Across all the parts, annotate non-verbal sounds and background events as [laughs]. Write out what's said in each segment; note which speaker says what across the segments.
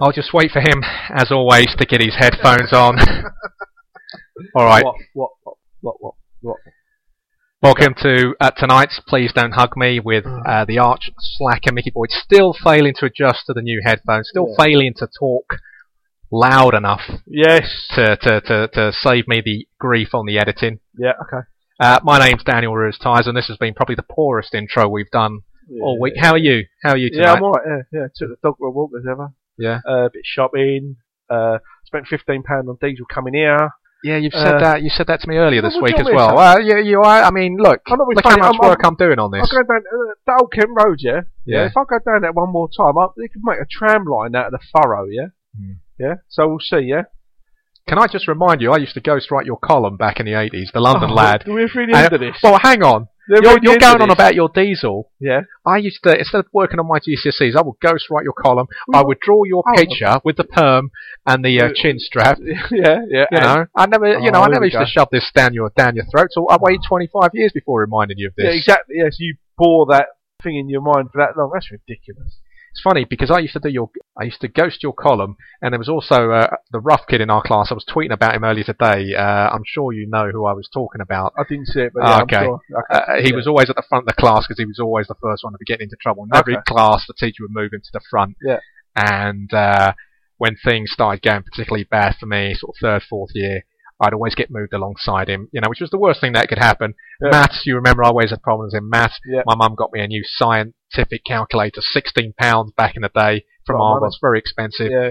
Speaker 1: I'll just wait for him, as always, to get his headphones on.
Speaker 2: [laughs]
Speaker 1: All right.
Speaker 2: What, what, what, what, what?
Speaker 1: Welcome to uh, tonight's Please Don't Hug Me with
Speaker 2: Hmm.
Speaker 1: uh, the arch slacker Mickey Boyd, still failing to adjust to the new headphones, still
Speaker 2: Yeah.
Speaker 1: failing to talk loud enough
Speaker 2: Yes.
Speaker 1: to, to, to, to save me the grief on the editing.
Speaker 2: Yeah. Okay.
Speaker 1: Uh, my name's Daniel Ruiz Tyres, and this has been probably the poorest intro we've done
Speaker 2: Yeah.
Speaker 1: all week. How are you? How are you
Speaker 2: Yeah,
Speaker 1: tonight?
Speaker 2: I'm alright. Yeah, yeah. Took the dog for a walk as ever.
Speaker 1: Yeah.
Speaker 2: Uh, a bit shopping. Uh, spent fifteen pound on diesel coming here.
Speaker 1: yeah, you've said
Speaker 2: Uh,
Speaker 1: that. You said that to me earlier this
Speaker 2: Well,
Speaker 1: week
Speaker 2: what
Speaker 1: as
Speaker 2: do you
Speaker 1: well.
Speaker 2: mean,
Speaker 1: Well, yeah, you are. I mean, look,
Speaker 2: I'm not really
Speaker 1: look how
Speaker 2: funny.
Speaker 1: much
Speaker 2: I'm-
Speaker 1: work I'm, doing on
Speaker 2: I
Speaker 1: this.
Speaker 2: go down uh, that old Kent Road, yeah?
Speaker 1: Yeah.
Speaker 2: If I go down that one more time, I, they could make a tram line out of the furrow, yeah.
Speaker 1: Hmm.
Speaker 2: Yeah. So we'll see, yeah.
Speaker 1: Can I just remind you? I used to ghostwrite your column back in the '80s, the
Speaker 2: [laughs]
Speaker 1: London
Speaker 2: Oh,
Speaker 1: lad.
Speaker 2: We're really
Speaker 1: And-
Speaker 2: into this.
Speaker 1: Well, hang on.
Speaker 2: We're
Speaker 1: You're,
Speaker 2: really
Speaker 1: you're
Speaker 2: into
Speaker 1: going on
Speaker 2: this.
Speaker 1: about your diesel.
Speaker 2: Yeah. [laughs]
Speaker 1: I used to, instead of working on my GCSEs, I would ghostwrite your column. I would draw your
Speaker 2: Oh.
Speaker 1: picture with the perm and the uh,
Speaker 2: Yeah.
Speaker 1: chin strap.
Speaker 2: yeah, yeah.
Speaker 1: You know, I never, you know,
Speaker 2: Oh,
Speaker 1: I
Speaker 2: there
Speaker 1: never
Speaker 2: we
Speaker 1: used
Speaker 2: go.
Speaker 1: to shove this down your down your throat. So I waited 25 years before reminding you of this.
Speaker 2: Yeah, exactly. Yes, you bore that thing in your mind for that long. That's ridiculous.
Speaker 1: It's funny because I used to do your, I used to ghost your column, and there was also uh, the rough kid in our class. I was tweeting about him earlier today. Uh, I'm sure you know who I was talking about.
Speaker 2: I didn't see it, but yeah,
Speaker 1: Okay.
Speaker 2: I'm sure. Okay.
Speaker 1: Uh, he
Speaker 2: Yeah.
Speaker 1: was always at the front of the class because he was always the first one to be getting into trouble. In every
Speaker 2: Okay.
Speaker 1: class, the teacher would move him to the front.
Speaker 2: Yeah.
Speaker 1: And uh, when things started going particularly bad for me, sort of third, fourth year, I'd always get moved alongside him, you know, which was the worst thing that could happen.
Speaker 2: Yeah.
Speaker 1: Maths, you remember, I always had problems in maths.
Speaker 2: Yeah.
Speaker 1: My mum got me a new scientific calculator, £16 back in the day from
Speaker 2: Right,
Speaker 1: Argos, very expensive.
Speaker 2: Oh, Yeah.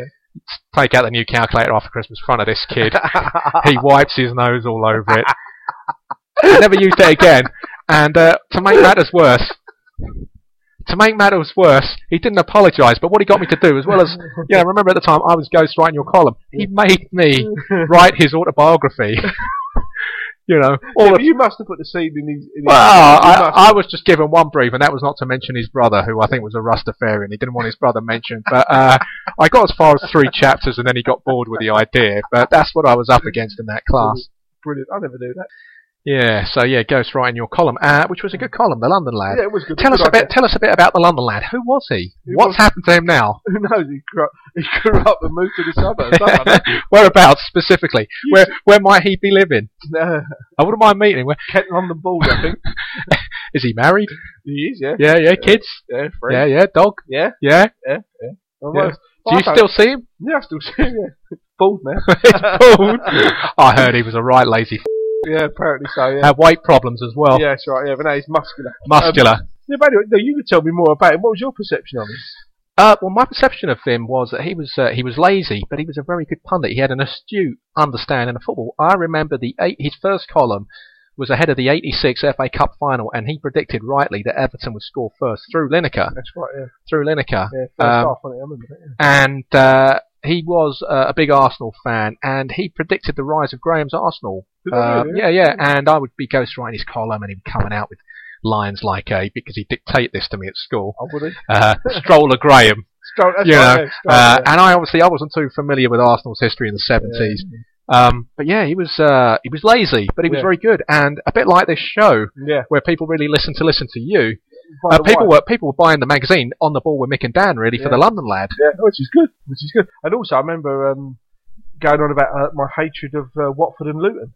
Speaker 1: Take out the new calculator after Christmas in front of this kid
Speaker 2: [laughs]
Speaker 1: he wipes his nose all over it. I never used it again. And uh, to make matters worse, to make matters worse, he didn't apologise. But what he got me to do, as well
Speaker 2: [laughs]
Speaker 1: as yeah, remember at the time I was ghostwriting your column. He made me write his autobiography. [laughs] you know, all
Speaker 2: Yeah,
Speaker 1: of.
Speaker 2: you must have put the seed in his. In his
Speaker 1: Well,
Speaker 2: you must-
Speaker 1: I, I was just given one brief, and that was not to mention his brother, who I think was a Rastafarian. He didn't want his brother mentioned, but uh, I got as far as three chapters, and then he got bored with the idea. But that's what I was up against in that class.
Speaker 2: brilliant. I never knew that.
Speaker 1: Yeah, so yeah, Ghost writing your column, uh, which was a good column, the London lad.
Speaker 2: Yeah, it was good.
Speaker 1: Uh, Tell
Speaker 2: good
Speaker 1: us a
Speaker 2: idea.
Speaker 1: bit. Tell us a bit about the London lad. Who was he?
Speaker 2: Who
Speaker 1: What's
Speaker 2: was he?
Speaker 1: happened to him now? [laughs]
Speaker 2: Who knows? He grew, up, he grew up and moved to the suburbs. I don't
Speaker 1: [laughs]
Speaker 2: know.
Speaker 1: Whereabouts specifically? Where where might he be living?
Speaker 2: No,
Speaker 1: I wouldn't mind meeting him. Where
Speaker 2: Kent London Ball, I think.
Speaker 1: is he married?
Speaker 2: He is, yeah.
Speaker 1: Yeah, yeah, kids.
Speaker 2: Yeah, free.
Speaker 1: Yeah, yeah, dog.
Speaker 2: Yeah.
Speaker 1: Yeah. Do
Speaker 2: Almost.
Speaker 1: you
Speaker 2: Oh, I don't-
Speaker 1: still see
Speaker 2: [laughs]
Speaker 1: him? [laughs]
Speaker 2: Yeah, I still see him, yeah. Bald now.
Speaker 1: Bald. I heard he was a right lazy. [laughs] F-
Speaker 2: [laughs] yeah, apparently so, yeah.
Speaker 1: had weight problems as well.
Speaker 2: Yeah, um, that's right, yeah, but now he's muscular.
Speaker 1: Muscular.
Speaker 2: Yeah, but anyway, no, you could tell me more about him. What was your perception of him?
Speaker 1: Uh, well, my perception of him was that he was uh, he was lazy, but he was a very good pundit. He had an astute understanding of football. I remember the eight, his first column was ahead of the '86 FA Cup final, and he predicted rightly that Everton would score first through Lineker,
Speaker 2: That's right, yeah.
Speaker 1: through Lineker,
Speaker 2: Yeah,
Speaker 1: Um,
Speaker 2: first off, I remember that, yeah.
Speaker 1: and uh, he was uh, a big Arsenal fan, and he predicted the rise of Graham's Arsenal.
Speaker 2: Did I
Speaker 1: Uh,
Speaker 2: really?
Speaker 1: yeah, yeah, and I would be ghostwriting his column, and he'd be coming out with lines like a because he dictated this to me at school.
Speaker 2: I would have.
Speaker 1: Uh, [laughs] Stroller Graham.
Speaker 2: Stroll, that's
Speaker 1: You
Speaker 2: right,
Speaker 1: know,
Speaker 2: yeah, Stroll,
Speaker 1: Uh,
Speaker 2: yeah.
Speaker 1: and I obviously I wasn't too familiar with Arsenal's history in the seventies. Um, but yeah, he was uh, he was lazy, but he was
Speaker 2: Yeah.
Speaker 1: very good, and a bit like this show
Speaker 2: Yeah.
Speaker 1: where people really listen to listen to you.
Speaker 2: By
Speaker 1: Uh,
Speaker 2: the
Speaker 1: people
Speaker 2: way-
Speaker 1: were people were buying the magazine on the ball with Mick and Dan really for
Speaker 2: Yeah.
Speaker 1: the London lad.
Speaker 2: Yeah, which is good. Which is good. And also, I remember um, going on about uh, my hatred of uh, Watford and Luton.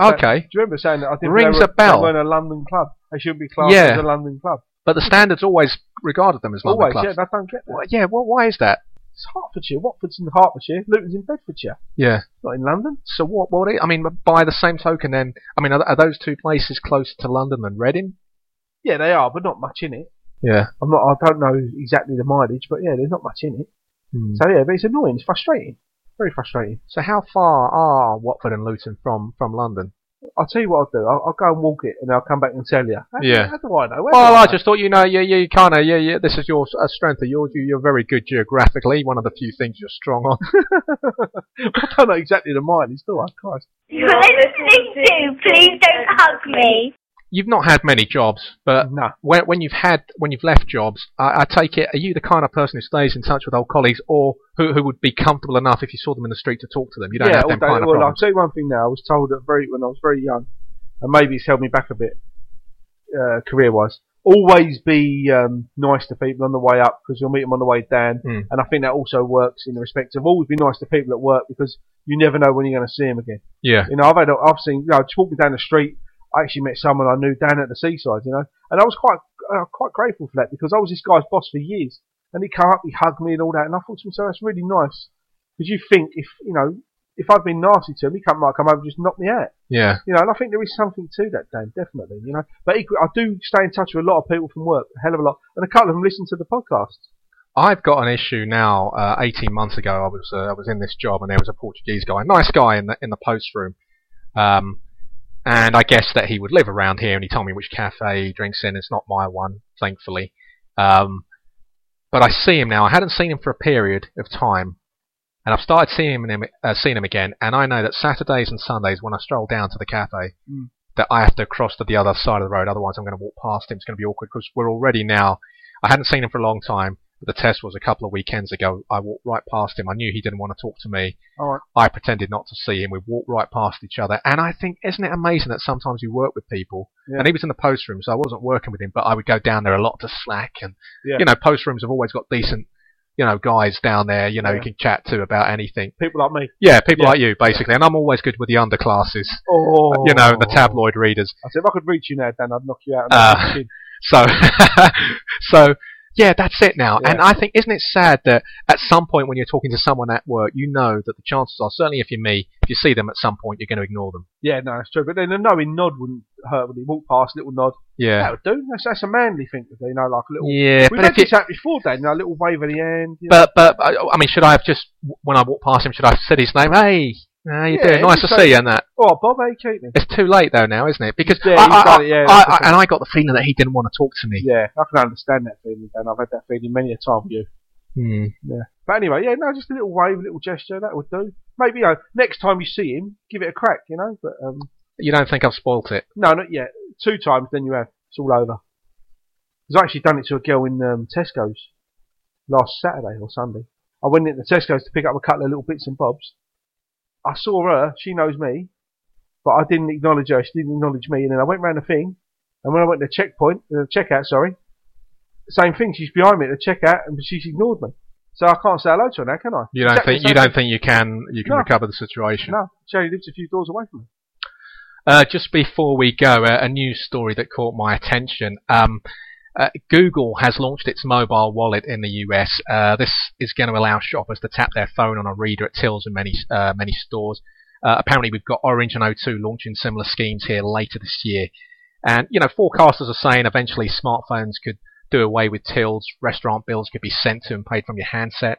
Speaker 2: Yeah.
Speaker 1: Okay,
Speaker 2: Do you remember saying that? I think
Speaker 1: Rings
Speaker 2: they were,
Speaker 1: a bell.
Speaker 2: They weren't a London club. They shouldn't be classed
Speaker 1: Yeah.
Speaker 2: as a London club.
Speaker 1: but the standards always regarded them as London
Speaker 2: Always,
Speaker 1: clubs.
Speaker 2: yeah. I don't get that.
Speaker 1: Well, yeah, well, why is that?
Speaker 2: It's Hertfordshire. Watford's in Hertfordshire. Luton's in Bedfordshire.
Speaker 1: Yeah.
Speaker 2: Not in London.
Speaker 1: So what? What? I mean, by the same token, then, I mean, are, are those two places closer to London than Reading?
Speaker 2: Yeah, they are, but not much in it.
Speaker 1: Yeah.
Speaker 2: I'm not. I don't know exactly the mileage, but yeah, there's not much in it.
Speaker 1: Hmm.
Speaker 2: So yeah, but it's annoying. It's frustrating. Very frustrating.
Speaker 1: So how
Speaker 2: ah,
Speaker 1: far are Watford and Luton from from London?
Speaker 2: I'll tell you what I'll do. I'll, I'll go and walk it, and I'll come back and tell you. How,
Speaker 1: Yeah.
Speaker 2: How do I know? How
Speaker 1: Well,
Speaker 2: do
Speaker 1: I
Speaker 2: know?
Speaker 1: just thought you know, you you kind of yeah, yeah. This is your uh, strength of yours. You, you're very good geographically. One of the few things you're strong on.
Speaker 2: [laughs]
Speaker 1: [laughs]
Speaker 2: I don't know exactly the mileage, do I? Christ.
Speaker 3: You're listening to Please Don't Hug Me.
Speaker 1: You've not had many jobs, but
Speaker 2: no.
Speaker 1: when when you've had when you've left jobs, I, I take it. Are you the kind of person who stays in touch with old colleagues, or who who would be comfortable enough if you saw them in the street to talk to them? You don't
Speaker 2: yeah,
Speaker 1: have them
Speaker 2: although-
Speaker 1: kind of
Speaker 2: well, I'll
Speaker 1: problems.
Speaker 2: tell you one thing now. I was told that very when I was very young, and maybe it's held me back a bit uh, career-wise. always be um, nice to people on the way up because you'll meet them on the way down.
Speaker 1: Mm.
Speaker 2: And I think that also works in the respect of always be nice to people at work because you never know when you're going to see them again.
Speaker 1: Yeah.
Speaker 2: You know, I've had, I've seen, you know, just walking down the street, I actually met someone I knew down at the seaside, you know, and I was quite, uh, quite grateful for that because I was this guy's boss for years, and he came up, he hugged me and all that, and I thought to myself, that's really nice, because you think if, you know, if I'd been nasty to him, he come, might come over and just knock me out,
Speaker 1: Yeah.
Speaker 2: you know, and I think there is something to that, Dan, definitely, you know, but equally, I do stay in touch with a lot of people from work, a hell of a lot, and a couple of them listen to the podcast.
Speaker 1: I've got an issue now. Uh, 18 months ago, I was uh, I was in this job, and there was a Portuguese guy, nice guy in the in the post room, um, and I guessed that he would live around here, and he told me which cafe he drinks in. It's not my one, thankfully. Um, but I see him now. I hadn't seen him for a period of time, and I've started seeing him, and him uh, seeing him again. And I know that Saturdays and Sundays, when I stroll down to the cafe,
Speaker 2: Mm.
Speaker 1: that I have to cross to the other side of the road. Otherwise, I'm going to walk past him. It's going to be awkward because we're already now. I hadn't seen him for a long time. But the test was a couple of weekends ago. I walked right past him. I knew he didn't want to talk to me.
Speaker 2: All right.
Speaker 1: I pretended not to see him. We walked right past each other. And I think, isn't it amazing that sometimes you work with people?
Speaker 2: Yeah.
Speaker 1: And he was in the post room, so I wasn't working with him, but I would go down there a lot to slack. And,
Speaker 2: Yeah.
Speaker 1: you know, post rooms have always got decent, you know, guys down there, you know,
Speaker 2: Yeah.
Speaker 1: you can chat to about anything.
Speaker 2: People like me.
Speaker 1: Yeah, people
Speaker 2: Yeah.
Speaker 1: like you, basically. And I'm always good with the underclasses,
Speaker 2: Oh,
Speaker 1: you know, the tabloid readers.
Speaker 2: I said, if I could reach you now, Dan, I'd knock you out. and
Speaker 1: Uh,
Speaker 2: I'd kick you.
Speaker 1: So, [laughs] so yeah, that's it now. And I think isn't it sad that at some point when you're talking to someone at work, you know that the chances are certainly if you're me, if you see them at some point, you're going to ignore them.
Speaker 2: Yeah, no, that's true. But then a knowing nod wouldn't hurt when he walked past, little nod.
Speaker 1: Yeah,
Speaker 2: That would do. That's, that's a manly thing to do, you know, like a little.
Speaker 1: yeah.
Speaker 2: We've
Speaker 1: But
Speaker 2: had
Speaker 1: if you,
Speaker 2: this out before, Dan, you know, a little wave of the hand. You know.
Speaker 1: but but I I mean, should I have just when I walked past him, should I have said his name? Hey. How you
Speaker 2: Yeah,
Speaker 1: doing? Nice to
Speaker 2: just
Speaker 1: see you. And that
Speaker 2: Oh, Bob, how you keeping?
Speaker 1: it's too late though now, isn't it? Because
Speaker 2: Yeah,
Speaker 1: I,
Speaker 2: he's
Speaker 1: I-
Speaker 2: done it, yeah,
Speaker 1: I-
Speaker 2: that's
Speaker 1: I- and I got the feeling that he didn't want to talk to me.
Speaker 2: Yeah, I can understand that feeling, Dan. I've had that feeling many a time with you.
Speaker 1: Hmm.
Speaker 2: But anyway, yeah, no, just a little wave, a little gesture, that would do. Maybe, you know, next time you see him, give it a crack, you know. But um,
Speaker 1: You don't think I've spoilt it?
Speaker 2: no, not yet. Two times, then you have. It's all over. 'Cause I actually done it to a girl in um, Tesco's last Saturday or Sunday. I went into Tesco's to pick up a couple of little bits and bobs. I saw her, she knows me, but I didn't acknowledge her, she didn't acknowledge me, and then I went round the thing, and when I went to the checkpoint, the checkout, sorry, same thing, she's behind me at the checkout, and she's ignored me. So I can't say hello to her now, can I?
Speaker 1: You don't
Speaker 2: Exactly
Speaker 1: think you
Speaker 2: the same
Speaker 1: don't think you can you can
Speaker 2: No.
Speaker 1: recover the situation?
Speaker 2: thing. No, she only lives a few doors away from me.
Speaker 1: Uh, just before we go, uh, a, a news story that caught my attention. Um, uh, Google has launched its mobile wallet in the US. Uh, this is going to allow shoppers to tap their phone on a reader at tills in many uh, many stores. Uh, apparently, we've got Orange and O2 launching similar schemes here later this year. And you know, forecasters are saying eventually smartphones could do away with tills. Restaurant bills could be sent to and paid from your handset.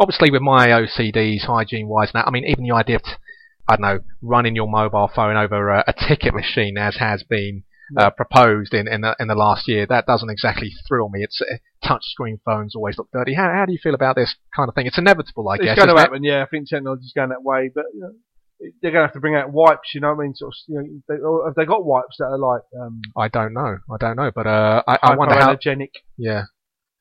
Speaker 1: Obviously, with my OCDs, hygiene-wise, now I mean, even the idea of t- I don't know, running your mobile phone over a, a ticket machine as has been uh, proposed in, in, the, in the last year, that doesn't exactly thrill me. It's uh, touchscreen phones always look dirty. How, how do you feel about this kind of thing? It's inevitable, I
Speaker 2: it's
Speaker 1: guess.
Speaker 2: going to
Speaker 1: isn't it?
Speaker 2: happen. Yeah, I think technology's going that way, but you know, it- they're going to have to bring out wipes. You know what I mean? Sort of, you know, they, or have they got wipes that are like um,
Speaker 1: I don't know. I don't know, but uh, I, I wonder how.
Speaker 2: hypoallergenic
Speaker 1: Yeah.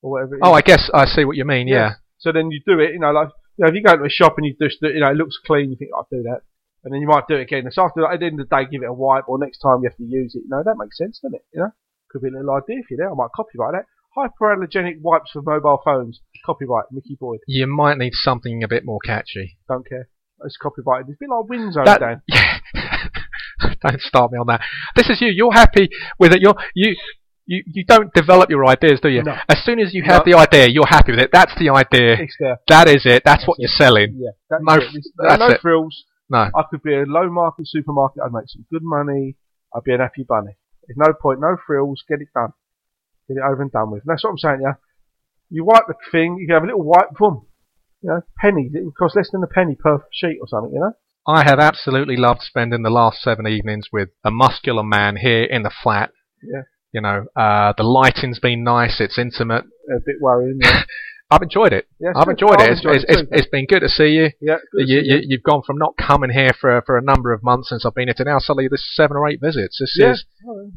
Speaker 2: or whatever? It is.
Speaker 1: Oh, I guess I see what you mean. Yeah.
Speaker 2: so then you do it. You know, like you know, if you go to a shop and you just do- you know it looks clean, you think "Oh, I'll do that, and then you might do it again. So after that, at the end of the day, give it a wipe, or next time you have to use it. You know, that makes sense, doesn't it? You know, could be a little idea for you there. I might copyright that. Hyperallergenic wipes for mobile phones. Copyright, Mickey Boyd.
Speaker 1: You might need something a bit more catchy. [laughs]
Speaker 2: Don't care. It's copyrighted. It's a bit like Winzone,
Speaker 1: That- [laughs]
Speaker 2: Dan.
Speaker 1: don't start me on that. This is you. You're happy with it. You're, you you you don't develop your ideas, do you?
Speaker 2: No.
Speaker 1: As soon as you have the idea, you're happy with it. That's the idea.
Speaker 2: It's there.
Speaker 1: That is it. That's what you're selling.
Speaker 2: Yeah, that's
Speaker 1: No
Speaker 2: no,
Speaker 1: f- that's
Speaker 2: no
Speaker 1: it.
Speaker 2: frills.
Speaker 1: No.
Speaker 2: I could be a low market supermarket. I'd make some good money. I'd be an happy bunny. There's no point, no frills. Get it done. Get it over and done with. And that's what I'm saying. Yeah, you wipe the thing. You can have a little wipe, boom. You know, pennies. It would cost less than a penny per sheet or something. You know.
Speaker 1: I have absolutely loved spending the last seven evenings with a muscular man here in the flat.
Speaker 2: Yeah.
Speaker 1: You know, uh, the lighting's been nice. It's intimate.
Speaker 2: A bit worrying.
Speaker 1: [laughs]
Speaker 2: Yeah.
Speaker 1: I've enjoyed it.
Speaker 2: Yeah, it's
Speaker 1: I've
Speaker 2: good.
Speaker 1: enjoyed
Speaker 2: I've
Speaker 1: it. It's,
Speaker 2: enjoyed
Speaker 1: it's,
Speaker 2: it
Speaker 1: it's,
Speaker 2: too.
Speaker 1: it's been good to see you.
Speaker 2: yeah good.
Speaker 1: You, you. You've gone from not coming here for for a number of months since I've been here to now suddenly there's seven or eight visits. This
Speaker 2: Yeah.
Speaker 1: is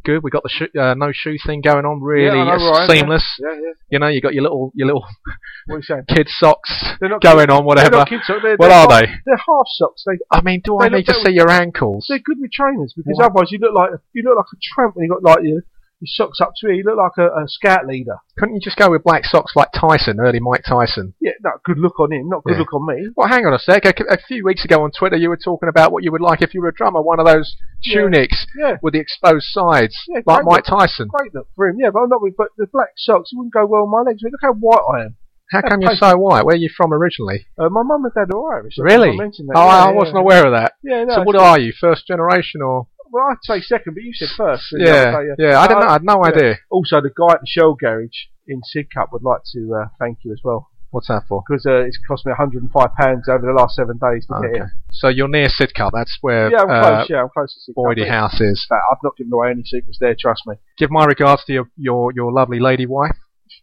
Speaker 1: good. We got the shoe, uh, no shoe thing going on,
Speaker 2: Yeah, I
Speaker 1: really
Speaker 2: know,
Speaker 1: it's
Speaker 2: Ryan, yeah.
Speaker 1: seamless.
Speaker 2: Yeah, yeah.
Speaker 1: You know, you got your little your little [laughs]
Speaker 2: What are you saying?
Speaker 1: kid socks
Speaker 2: They're not
Speaker 1: going on,
Speaker 2: They're
Speaker 1: whatever.
Speaker 2: not kids. They're, they're
Speaker 1: What are
Speaker 2: half-
Speaker 1: they?
Speaker 2: They're half socks. They
Speaker 1: I mean, do I
Speaker 2: They look
Speaker 1: need to
Speaker 2: very-
Speaker 1: see your ankles?
Speaker 2: they're good with trainers because
Speaker 1: Why?
Speaker 2: otherwise you look like you look like a tramp when you got like your His socks up to here. He looked like a, a scout leader.
Speaker 1: Couldn't you just go with black socks like Tyson, early Mike Tyson?
Speaker 2: Yeah, no, good look on him. Not good
Speaker 1: Yeah.
Speaker 2: look on me.
Speaker 1: Well, hang on a sec. A, a few weeks ago on Twitter, you were talking about what you would like if you were a drummer, one of those
Speaker 2: Yeah.
Speaker 1: tunics
Speaker 2: Yeah,
Speaker 1: with the exposed sides,
Speaker 2: Yeah,
Speaker 1: like
Speaker 2: great
Speaker 1: Mike Tyson.
Speaker 2: great look for him. Yeah, but I'm not. with- But the black socks it wouldn't go well on my legs. Mate. Look how white I am.
Speaker 1: How
Speaker 2: Yeah,
Speaker 1: come you're so white? Where are you from originally?
Speaker 2: Uh, my mum and dad are Irish. I think
Speaker 1: Really?
Speaker 2: I mentioned that.
Speaker 1: Oh,
Speaker 2: yeah,
Speaker 1: I
Speaker 2: yeah.
Speaker 1: wasn't aware of that.
Speaker 2: Yeah, no.
Speaker 1: so, what
Speaker 2: it's-
Speaker 1: are you? First generation or?
Speaker 2: well, I'd say second, but you said first. so
Speaker 1: Yeah,
Speaker 2: I'd say,
Speaker 1: yeah. I didn't know. I had no
Speaker 2: yeah.
Speaker 1: idea.
Speaker 2: Also, the guy at the Shell Garage in Sidcup would like to uh, thank you as well
Speaker 1: What's that for?
Speaker 2: because uh, it's cost me 105 pounds over the last seven days to
Speaker 1: Okay.
Speaker 2: get here.
Speaker 1: So you're near Sidcup. That's where
Speaker 2: Yeah, I'm
Speaker 1: uh,
Speaker 2: close. Yeah, I'm close to Sidcup.
Speaker 1: Boydie House is.
Speaker 2: But I've not given away any secrets there. Trust me.
Speaker 1: Give my regards to your your, your lovely lady wife.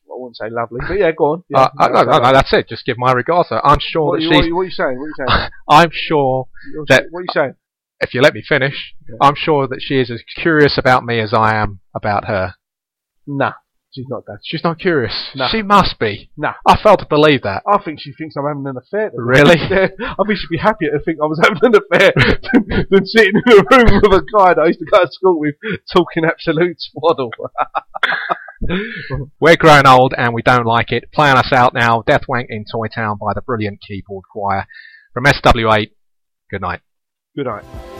Speaker 2: I wouldn't say lovely, but yeah, go on. Yeah,
Speaker 1: uh, I, no,
Speaker 2: What
Speaker 1: no, no, that's it. Just give my regards. to her. I'm sure
Speaker 2: are
Speaker 1: that
Speaker 2: you-
Speaker 1: she's.
Speaker 2: what are you what are you saying? What are you
Speaker 1: [laughs]
Speaker 2: saying?
Speaker 1: I'm sure
Speaker 2: You're-
Speaker 1: That-
Speaker 2: what are you saying?
Speaker 1: if you let me finish,
Speaker 2: Yeah.
Speaker 1: I'm sure that she is as curious about me as I am about her.
Speaker 2: Nah, she's not that.
Speaker 1: She's not curious.
Speaker 2: No.
Speaker 1: She must be.
Speaker 2: No.
Speaker 1: I fail to believe
Speaker 2: [laughs]
Speaker 1: that.
Speaker 2: I think she thinks I'm having an affair. then.
Speaker 1: Really?
Speaker 2: Yeah, [laughs] I think she'd be happier to think I was having an affair than, than sitting in a room with a guy that I used to go to school with talking absolute swaddle. [laughs]
Speaker 1: We're grown old and we don't like it. Plan us out now. Deathwank in Toy Town by the brilliant keyboard choir. From SW8, good night.
Speaker 2: Good night.